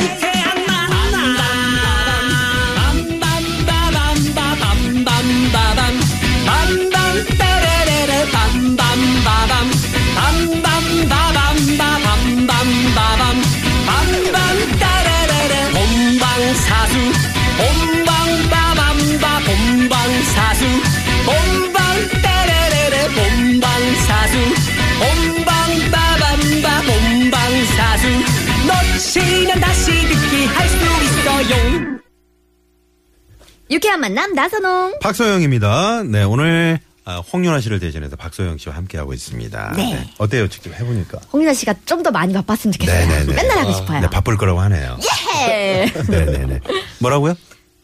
유쾌한 만남 빰빰빠밤빠밤빰빰빠밤 빰빰빠라라라 빰빰빠밤 빰빰빠밤빠밤빰빰빠밤 빰빰따라라라 본방사수 본방빠밤빠 본방사수 본방따라라라 본방사수 본방빠밤빠 본방사수 놓치면 다시 듣기 할 수 있어요 유쾌한 만남 나선홍. 박소영입니다. 네, 오늘 아, 홍윤아 씨를 대신해서 박소영 씨와 함께하고 있습니다. 네. 어때요? 직접 해보니까. 홍윤아 씨가 좀 더 많이 바빴으면 좋겠어요. 맨날 하고 싶어요. 네, 바쁠 거라고 하네요. 네, 아, 예. 네네네. 뭐라고요?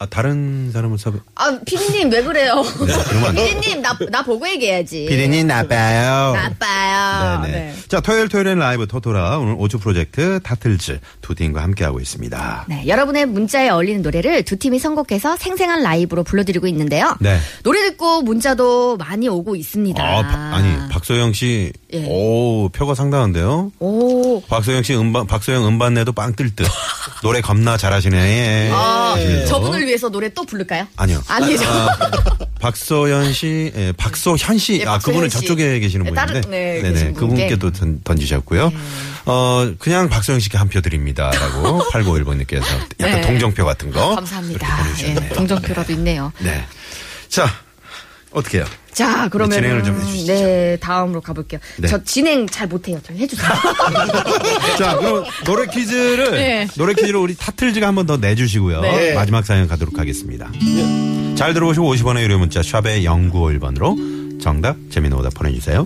아, 다른 사람을 섭외. 네, 아 피디님 왜 그래요? 그러면 안 돼. 피디님 나, 나 보고 얘기해야지. 피디님 나빠요. 나빠요. 네. 네네. 네. 자, 토요일 토요일엔 라이브 토토라 오늘 5주 프로젝트 타틀즈 두 팀과 함께하고 있습니다. 네, 여러분의 문자에 어울리는 노래를 두 팀이 선곡해서 생생한 라이브로 불러드리고 있는데요. 네. 노래 듣고 문자도 많이 오고 있습니다. 아, 바- 아니 박소영 씨, 예. 오 표가 상당한데요. 오. 박소영 씨 음반 박소영 음반 내도 빵 뜰 듯. 노래 겁나 잘하시네. 예. 아, 하시면서. 저분을 위해서 노래 또 부를까요? 아니요. 아니죠. 박소연 씨, 예, 박소현 씨, 예, 아 박소현 그분은 씨. 저쪽에 계시는 네, 분인데, 다른- 네, 계신 분께. 음. 그분께 또 던, 던지셨고요. 어 그냥 박소영 씨께 한 표 드립니다라고 8951번님께서 약간 네. 동정표 같은 거 감사합니다. 그렇게 보내주셨네요. 예, 동정표라도 있네요. 네, 자 어떻게요? 자, 그러면 진행을 좀 해주시죠. 네, 다음으로 가볼게요. 네. 저 진행 잘 못해요. 좀 해주세요. 자 그럼 노래 퀴즈를 네. 노래 퀴즈를 우리 타틀즈가 한 번 더 내주시고요. 네. 마지막 사연 가도록 하겠습니다. 잘 들어보시고 50원의 유료 문자 샵의 0951번으로 정답 재미는 오답 보내주세요.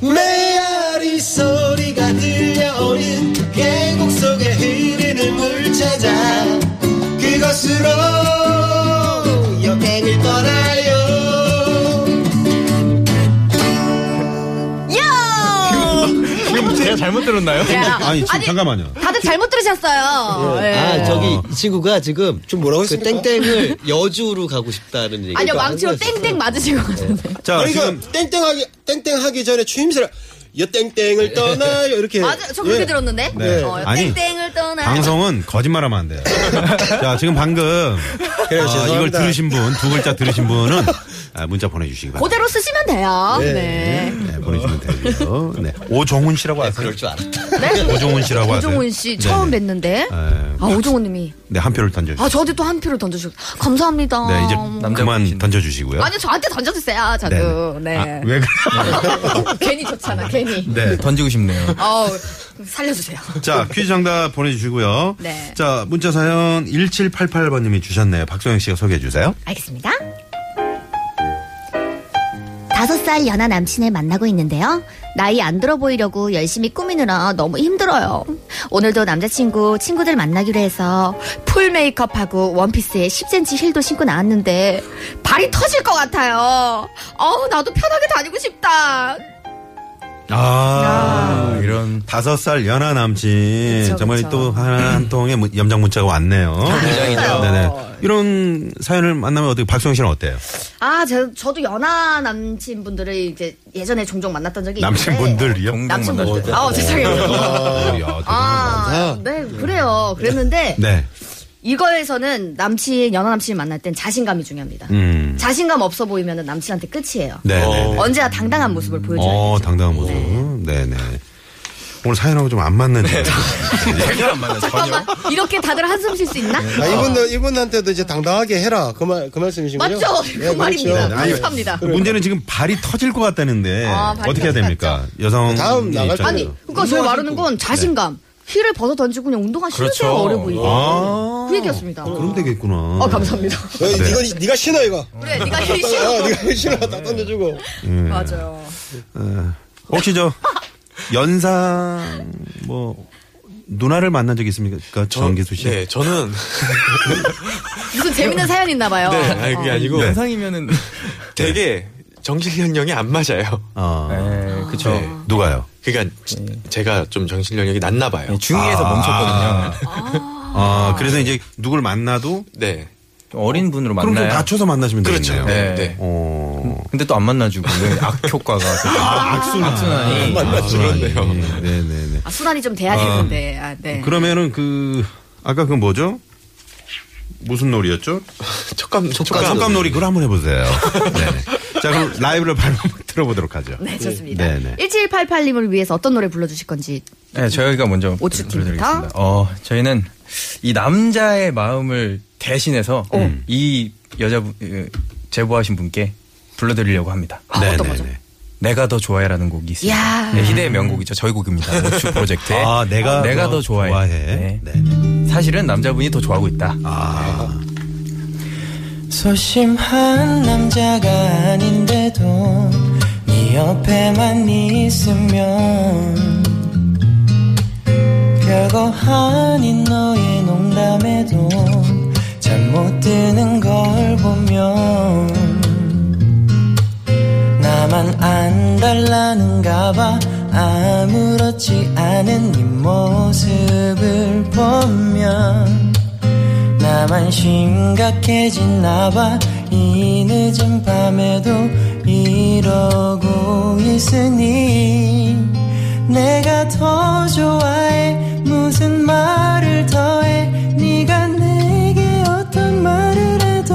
메아리 소리가 들려오는 계곡 속에 흐르는 물 찾아 그것으로 여행을 떠나요 지금 제가 잘못 들었나요? 야. 아니, 지금 잠깐만요. 다들 잘못 들으셨어요. 네. 예. 아 저기 이 친구가 지금 좀 뭐라고 했어요? 땡땡을 여주로 가고 싶다는 얘기. 아니요, 망치로 땡땡 맞으신 것 네. 같은데. 자, 그러니까 지금 땡땡하기 땡땡하기 전에 추임새를 여 땡땡을 떠나요 이렇게 맞아, 저 그렇게 들었는데. 네. 어, 아니, 땡땡을 떠나. 방송은 거짓말하면 안 돼요. 자, 지금 방금 그래요, 아, 죄송합니다. 이걸 들으신 분, 두 글자 들으신 분은 아, 문자 보내주시기 바랍니다. 그대로 쓰시면 돼요. 네. 네. 네, 보내주면 되고요. 네. 오종훈 씨라고 아세요? 그럴 줄 알았다. 네? 오종훈 씨라고 하세요? 오종훈 씨 처음 네네. 뵀는데. 아, 네. 오종훈 님이. 네, 한 표를 던져주세요. 아, 저한테 또 한 표를 던져주셨. 감사합니다. 네, 이제 그만 남자분이신데. 던져주시고요. 어, 아니, 저한테 던져주세요, 저도. 네. 아, 왜 그래? 괜히 좋잖아, 괜히. 네. 던지고 싶네요. 어우, 살려주세요. 자, 퀴즈 정답 보내주시고요. 네. 자, 문자 사연 1788번님이 주셨네요. 박소영 씨가 소개해 주세요. 알겠습니다. 다섯 살 연하 남친을 만나고 있는데요. 나이 안 들어 보이려고 열심히 꾸미느라 너무 힘들어요. 오늘도 남자친구 친구들 만나기로 해서 풀 메이크업하고 원피스에 10cm 힐도 신고 나왔는데 발이 터질 것 같아요. 어우 나도 편하게 다니고 싶다. 아, 이런 다섯 살 연하 남친 그쵸, 정말 그쵸. 또 하나 한 통의 문- 염장 문자가 왔네요. 네네. 이런 사연을 만나면 어떻게 박수영 씨는 어때요? 아, 저, 저도 연하 남친분들을 이제 예전에 종종 만났던 적이 남친분들이요? 어, 동동 만날 때. 아, 죄송해요. 아, 네, 그래요. 그랬는데 네. 이거에서는 남친, 연하 남친을 만날 땐 자신감이 중요합니다. 음. 자신감 없어 보이면 남친한테 끝이에요. 네. 네. 언제나 당당한 모습을 보여줘야 어, 되죠. 당당한 모습. 네, 네. 오늘 사연하고 좀 안 맞는. 네. 전혀 안 만나요. 전혀. 잠깐만, 이렇게 다들 한숨 쉴 수 있나? 아, 네, 이분들 이분한테도 이제 당당하게 해라 그 말 그 말씀이신가요? 네, 그렇죠. 맞죠? 그 말입니다. 감사합니다. 그러니까. 문제는 지금 발이 터질 것 같다는데 아, 발이 어떻게 해야 터질 됩니까? 여성 네, 다음 나갈 때. 아니, 네. 그러니까 제가 말하는 건 자신감. 힐을 벗어 던지고 그냥 운동화 신을 그렇죠. 때가 어려 보이죠. 아, 그 얘기였습니다. 그럼 되겠구나. 어, 감사합니다. 너 이거 네가 신어 이거 그래, 네가 힐 어, 신어. 네가 신어 다 던져주고 맞아요. 혹시 저 연상 뭐 누나를 만난 적 있습니까? 그러니까 정기수 씨. 네, 저는 무슨 재밌는 사연 있나 봐요. 네, 아니 어. 그게 아니고 네. 상이면은 되게 정신력령이 안 맞아요. 아, 네, 그쵸. 네. 누가요? 그러니까 지- 제가 좀 정신력이 낮나 봐요. 중2에서 네, 멈췄거든요. 아, 그래서 이제 누굴 만나도 네. 어린 분으로 그럼 좀 만나요. 낮춰서 만나시면 그렇죠. 되겠네요. 네. 네. 어. 근데 또 안 만나주고 악효과가 아, 악순환이 아, 그렇네요. 네네네. 아, 수단이 좀 돼야 되는데. 아, 네. 그러면은 그 아까 그 뭐죠? 무슨 놀이였죠? 촉감, 촉감, 촉감 놀이 그걸 한번 해보세요. 네. 자 그럼 라이브를 바로 들어보도록 하죠. 네, 좋습니다. 네네. 1788님을 위해서 어떤 노래 불러주실 건지. 네, 저희가 먼저 오츠 팀부터? 불러드리겠습니다. 어, 저희는 이 남자의 마음을 대신해서 음. 이 여자분 으, 제보하신 분께 불러드리려고 합니다. 어떤 거죠? 네네네. 내가 더 좋아해라는 곡이 있어요. 이야. 네, 희대의 명곡이죠. 저희 곡입니다. 오츠 프로젝트의 아 내가 내가 더 네. 좋아해. 좋아해. 네. 네. 사실은 남자분이 더 좋아하고 있다. 소심한 남자가 아닌데도 네 옆에만 있으면 별거 아닌 너의 농담에도 잠 못 드는 걸 보면 나만 안 달라는가 봐 아무렇지 않은 네 모습을 보면 나만 심각해지나봐 이 늦은 밤에도 이러고 있으니 내가 더 좋아해 무슨 말을 더해 네가 내게 어떤 말을 해도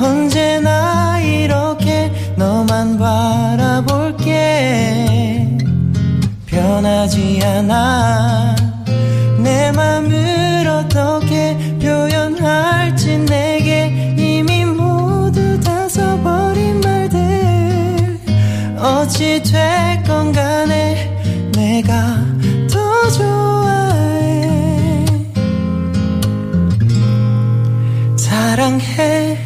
언제나 이렇게 너만 바라볼게 변하지 않아 내 맘을 어떻게 표현할지 내게 이미 모두 다 써버린 말들 어찌 됐건 간에 내가 더 좋아해 사랑해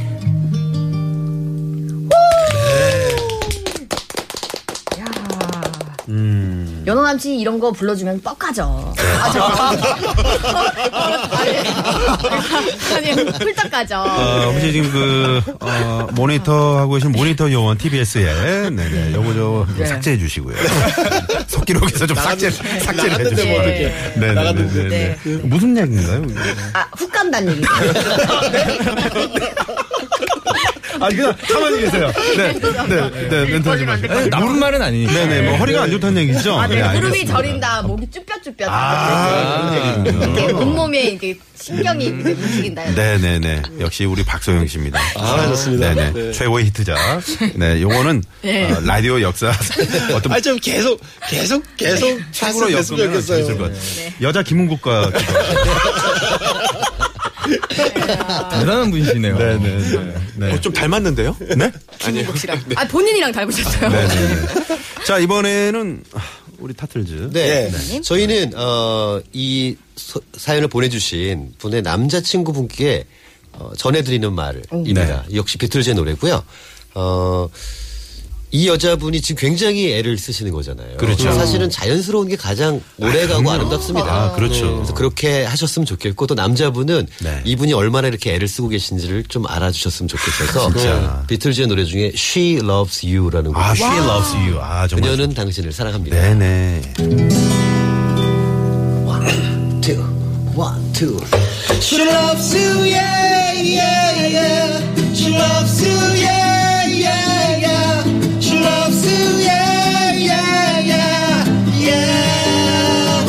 음. 연호 남친이 이런 거 불러주면 뻑하죠. 네. 아, 저. 아니, 아니, 훌떡 가죠. 어, 혹시 지금 그, 어, 모니터 하고 계신 모니터 요원 TBS에, 네네, 요거 저, 좀 삭제해 주시고요. 속기록에서 좀 삭제, 삭제를 해 나갔는데 주시고. 뭐 이렇게 네네네. 네. 무슨 얘기인가요? 아, 훅 간다는 얘기죠. 아, 그냥 가만히 계세요. 네, 네, 네, 멘트 하지 마시고. 나쁜 말은 아니니까. 네네, 뭐 허리가 안 좋다는 얘기죠? 아, 네. 무릎이 알겠습니다. 저린다, 목이 쭈뼛쭈뼛. 아, 그런 얘기군요. 이렇게 온몸에 이제 신경이 이제 움직인다. 음. 네네네. 역시 우리 박소영 씨입니다. 아, 좋습니다. 네네. 최고의 히트작. 네, 요거는 어, 라디오 역사 어떤 아, 좀 네. 계속, 계속, 계속 책으로 였으면 엮으면 재밌을 것 좋겠어요. 같아요. 네, 여자 김은국과 대단한 분이시네요. 네. 어, 좀 닮았는데요? 네? 아니요. 아, 본인이랑 닮으셨어요. 네네네. 자 이번에는 아, 우리 타틀즈. 네. 네. 저희는 어, 이 소- 사연을 보내주신 분의 남자친구분께 어, 전해드리는 네. 말입니다. 네. 역시 비틀즈의 노래고요. 어, 이 여자분이 지금 굉장히 애를 쓰시는 거잖아요. 그렇죠. 사실은 자연스러운 게 가장 오래가고 아, 름답습니다 아, 그렇죠. 그래서 그렇게 하셨으면 좋겠고 또 남자분은 네. 이분이 얼마나 이렇게 애를 쓰고 계신지를 좀 알아주셨으면 좋겠어서 비틀즈의 노래 중에 She Loves You라는 곡. 아 She Loves You. 아 정말. 그녀는 당신을 사랑합니다. 네네. two, one, two. She loves you, yeah, yeah, yeah. She loves you, yeah, yeah, yeah. She loves you, yeah, yeah, yeah, yeah.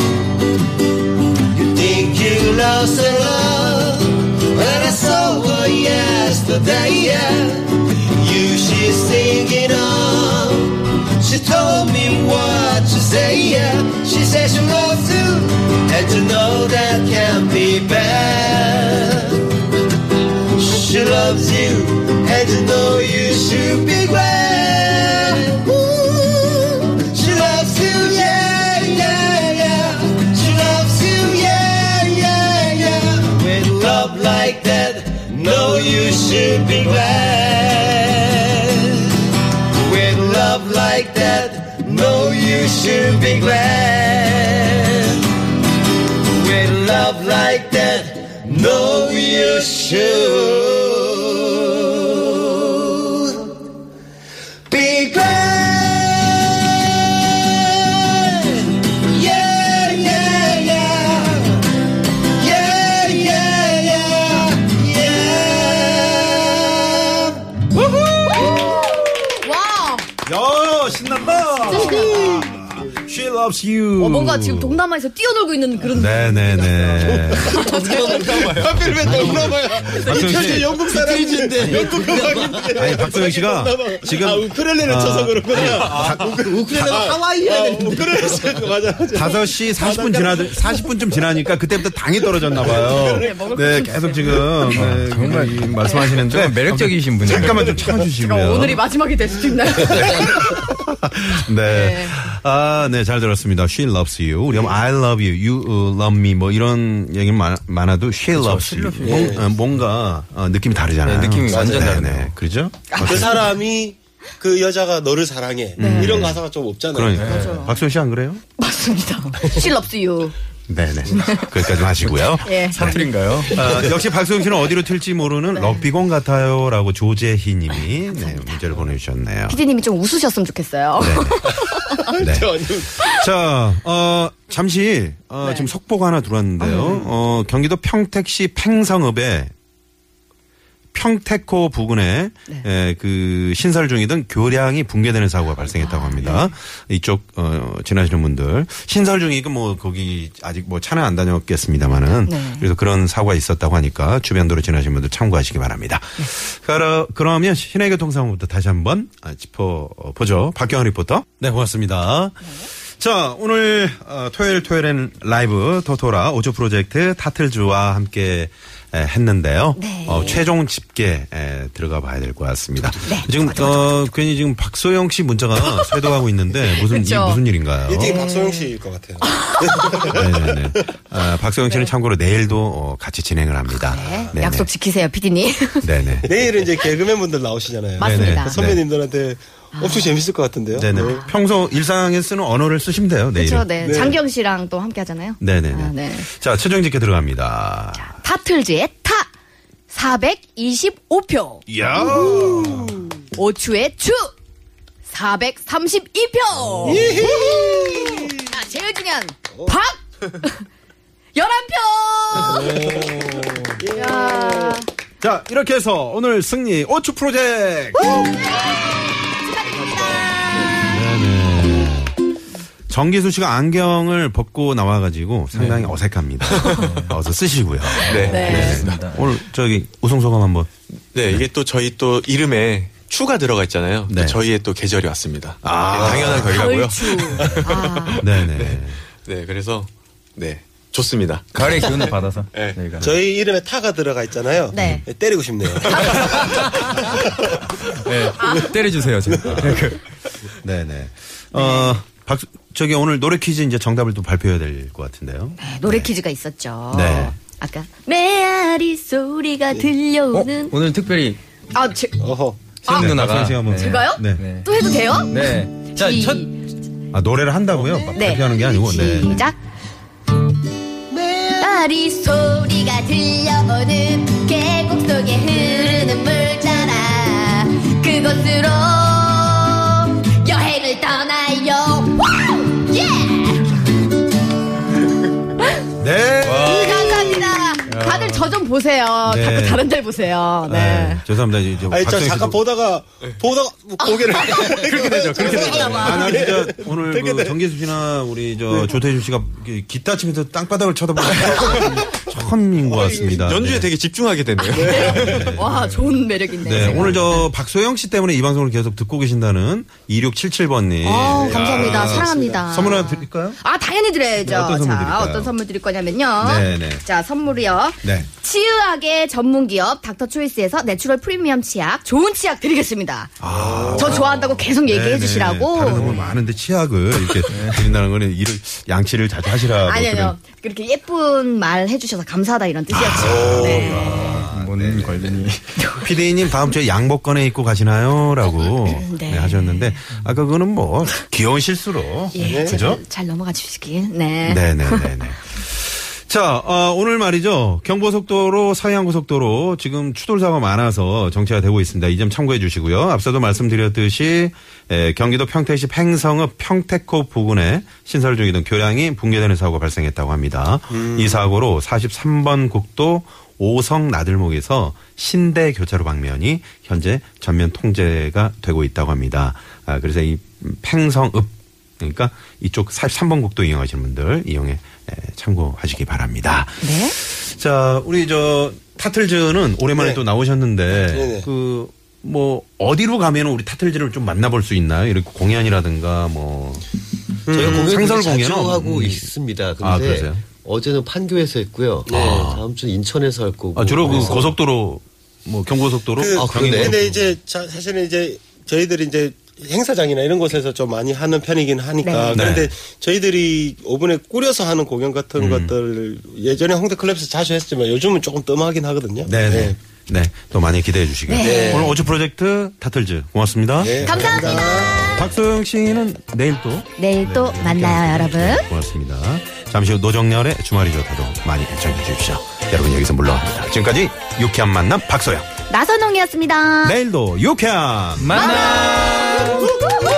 You think you lost her love when I saw her yesterday, yeah. You she's thinking of. She told me what to say, yeah. She says she loves you, and you know that can't be bad. She loves you, and you know you should be glad. Ooh, she loves you, yeah, yeah, yeah. She loves you, yeah, yeah, yeah. With love like that, no, you should be glad. With love like that, no, you should be glad. With love like that, no, you should be glad. Yeah, yeah, yeah. Yeah, yeah, yeah. Yeah. 신나요, 신난다. She loves you. 어, 뭔가 지금 동남아에서 뛰어놀고 있는 그런 네. 네네네. 하필 왜 동남아야? 박정희 현재 씨. 영국 사람인데 영국 음악인데. 아니, 박정희 씨가 동남아. 지금- 아 우크렐레를 아, 쳐서 그렇구나. 우크렐레는 하와이야 되는데. 우크렐레 쳐서 맞아 맞아. 5시 40분 지나 40분쯤 지나니까 그때부터 당이 떨어졌나 봐요. 네, 계속 지금 네, 정말 이 말씀하시는데 정말 아, 매력적이신 분이에요. 잠깐만 좀 참아 그럼 주시고요. 어, 오늘이 마지막이 될 수도 있나요? 네. 아, 네, 잘 들었습니다. She loves you. 우리 가 I love you, you uh, love me 뭐 이런 얘기 많, 많아도 she loves you. 뭔- 어, 뭔가 어, 느낌이 다르잖아요. 그렇죠? 네, 느낌이 완전 다르네요. 그죠? 그 사람이 그 여자가 너를 사랑해 이런 가사가 좀 없잖아요. 네. 그러니까 네. 박소희 씨안 그래요? 맞습니다. She loves you. 네, 네. 거기까지 마시고요. 예. 사투리인가요? 아, 역시 박소영 씨는 어디로 튈지 모르는 럭비공 같아요라고 조재희 님이 네, 문제를 보내주셨네요. 피디님이 좀 웃으셨으면 좋겠어요. 네. 자, 어, 잠시, 어, 지금 속보가 하나 들어왔는데요. 어, 경기도 평택시 팽성읍에 평택호 부근에 에, 그 신설 중이던 교량이 붕괴되는 사고가 발생했다고 합니다. 이쪽 어, 지나시는 분들 신설 중이고 뭐 거기 아직 뭐 차는 안 다녔겠습니다만은 그래서 그런 사고가 있었다고 하니까 주변 도로 지나시는 분들 참고하시기 바랍니다. 그러, 그러면 시내 교통 상황부터 다시 한번 아, 짚어보죠. 박경환 리포터. 네, 고맙습니다. 자, 오늘 어, 토요일 토요일엔 라이브 토토라 5조 프로젝트 타틀즈와 함께 에, 했는데요. 네. 어, 최종 집계 에, 들어가 봐야 될 것 같습니다. 네. 지금 어, 괜히 지금 박소영 씨 문자가 쇄도하고 있는데 무슨 이게 그쵸. 무슨 일인가요? 1등이 박소영 씨일 것 같아요. 네네네. 아, 박소영 씨는 참고로 내일도 어, 같이 진행을 합니다. 네네. 네. 약속 지키세요, 피디님. 네네. 내일은 이제 개그맨 분들 나오시잖아요. 맞습니다. 그 선배님들한테 엄청 재밌을 것 같은데요. 네네. 네. 평소 일상에 쓰는 언어를 쓰시면 돼요. 내일. 그렇죠, 네. 장경 씨랑 또 함께 하잖아요. 네네네. 아, 네. 자, 최종 집계 들어갑니다. 타틀즈의 타 425표, 이야. 오추의 추 432표. 아, 제일 중요한 박 11표. 이야, 자, 이렇게 해서 오늘 승리 5초 프로젝트! 네, 네네. 정기수 씨가 안경을 벗고 나와가지고 상당히 어색합니다. 어서 쓰시고요. 네. 네. 오늘 저기 우승 소감 한번. 이게 또 저희 또 이름에 추가 들어가 있잖아요. 또 네. 아. 저희의 또 계절이 왔습니다. 네, 당연한 거리라고요. 가을추. 아. 네네. 네, 그래서 네 좋습니다. 가을의 기운을 받아서 네. 저희가 저희 이름에 타가 들어가 있잖아요. 네. 아, 때리고 싶네요. 네, 때려주세요. 지금. 아, 네, 그, 네네. 어, 박, 저기 오늘 노래 퀴즈 이제 정답을 또 발표해야 될 것 같은데요. 노래 퀴즈가 있었죠. 네. 아까 메아리 소리가 어? 들려오는 오늘 특별히 아 제, 어허. 아. 세영 누나가 네, 박소영 씨 한번. 제가요? 네. 네. 또 해도 돼요? 네. 자, 첫 아, 노래를 한다고요? 네. 발표하는 게 아니고. 네. 네. 시작. 메아리 소리가 들려오는 계곡 속에 흐르는 물자라 그곳으로 여행을 떠나요. 와우! 예! 네. 감사합니다. 다들 저 좀 보세요. 네. 자꾸 다른 데 보세요. 네. 아, 죄송합니다. 이제 아니 저 박정희 잠깐 씨도- 네. 보다가 보다가 뭐 고개를 아, 그렇게 되죠. 그렇게 네. 되죠. 아, 나 예. 진짜 오늘 그 정기수 씨나 우리 네. 저 조태준 씨가 기- 기타 치면서 땅바닥을 쳐다보는 처음인 것 같습니다. 아, 연주에 네. 되게 집중하게 되네요. 와 좋은 매력인데. 네, 오늘 저 박소영 씨 때문에 이 방송을 계속 듣고 계신다는 2677번님. 아, 감사합니다. 사랑합니다. 선물 하나 드릴까요? 아, 당연히 드려야죠. 네, 어떤 선물 자, 드릴까요? 어떤 선물 드릴 거냐면요. 네네. 자, 선물이요. 네. 치의학의 전문 기업 닥터 초이스에서 내추럴 프리미엄 치약, 좋은 치약 드리겠습니다. 저 좋아한다고 계속 얘기해 네네. 주시라고. 다른 선물 많은데 치약을 이렇게 네. 드린다는 거는 일을 양치를 자주 하시라고. 아니, 아니요. 그런- 그렇게 예쁜 말 해주셔서 감사하다 이런 아, 뜻이었죠. 네. 뭔 걸리니? 피디님 다음 주에 양복권에 입고 가시나요? 라고 네. 네, 하셨는데 아까 그거는 뭐 귀여운 실수로. 예, 그죠? 잘, 잘 넘어가 주시길. 네. 네네네네. 자, 어, 오늘 말이죠. 경보속도로, 서해안고속도로 지금 추돌사고 많아서 정체가 되고 있습니다. 이 점 참고해 주시고요. 앞서도 말씀드렸듯이 에, 경기도 평택시 팽성읍 평택호 부근에 신설 중이던 교량이 붕괴되는 사고가 발생했다고 합니다. 이 사고로 43번 국도 오성 나들목에서 신대 교차로 방면이 현재 전면 통제가 되고 있다고 합니다. 아, 그래서 이 팽성읍 그러니까 이쪽 43번 국도 이용하시는 분들 이용해 에, 참고하시기 바랍니다. 네. 자, 우리 저 타틀즈는 오랜만에 네. 또 나오셨는데 네네. 그 뭐 어디로 가면 은 우리 타틀즈를 좀 만나볼 수 있나요? 이렇게 공연이라든가 뭐 저희가 음, 공연을 상설 되게 자주 공연은 하고 음. 있습니다. 근데 아, 그러세요? 어제는 판교에서 했고요. 다음 주는 인천에서 할 거고. 아, 주로 그 그래서 고속도로 뭐 경고속도로 그, 아, 그러네. 경인고속도로. 근데 이제 자- 사실은 이제 저희들이 이제 행사장이나 이런 곳에서 좀 많이 하는 편이긴 하니까 네. 그런데 네. 음. 저희들이 오븐에 꾸려서 하는 공연 같은 것들 예전에 홍대 클럽에서 자주 했지만 요즘은 조금 뜸하긴 하거든요. 네, 네. 네. 또 많이 기대해 주시고요. 네. 오늘 오즈 프로젝트 타틀즈 고맙습니다. 네, 감사합니다. 박소영 씨는 내일 또 내일 또 네, 만나요, 여러분. 고맙습니다. 잠시 후 노정열의 주말이 좋다도 많이 애청해 주십시오. 여러분 여기서 물러갑니다. 지금까지 유쾌한 만남 박소영. 아. 나선홍이었습니다. 내일도 유쾌한 만나. 우후!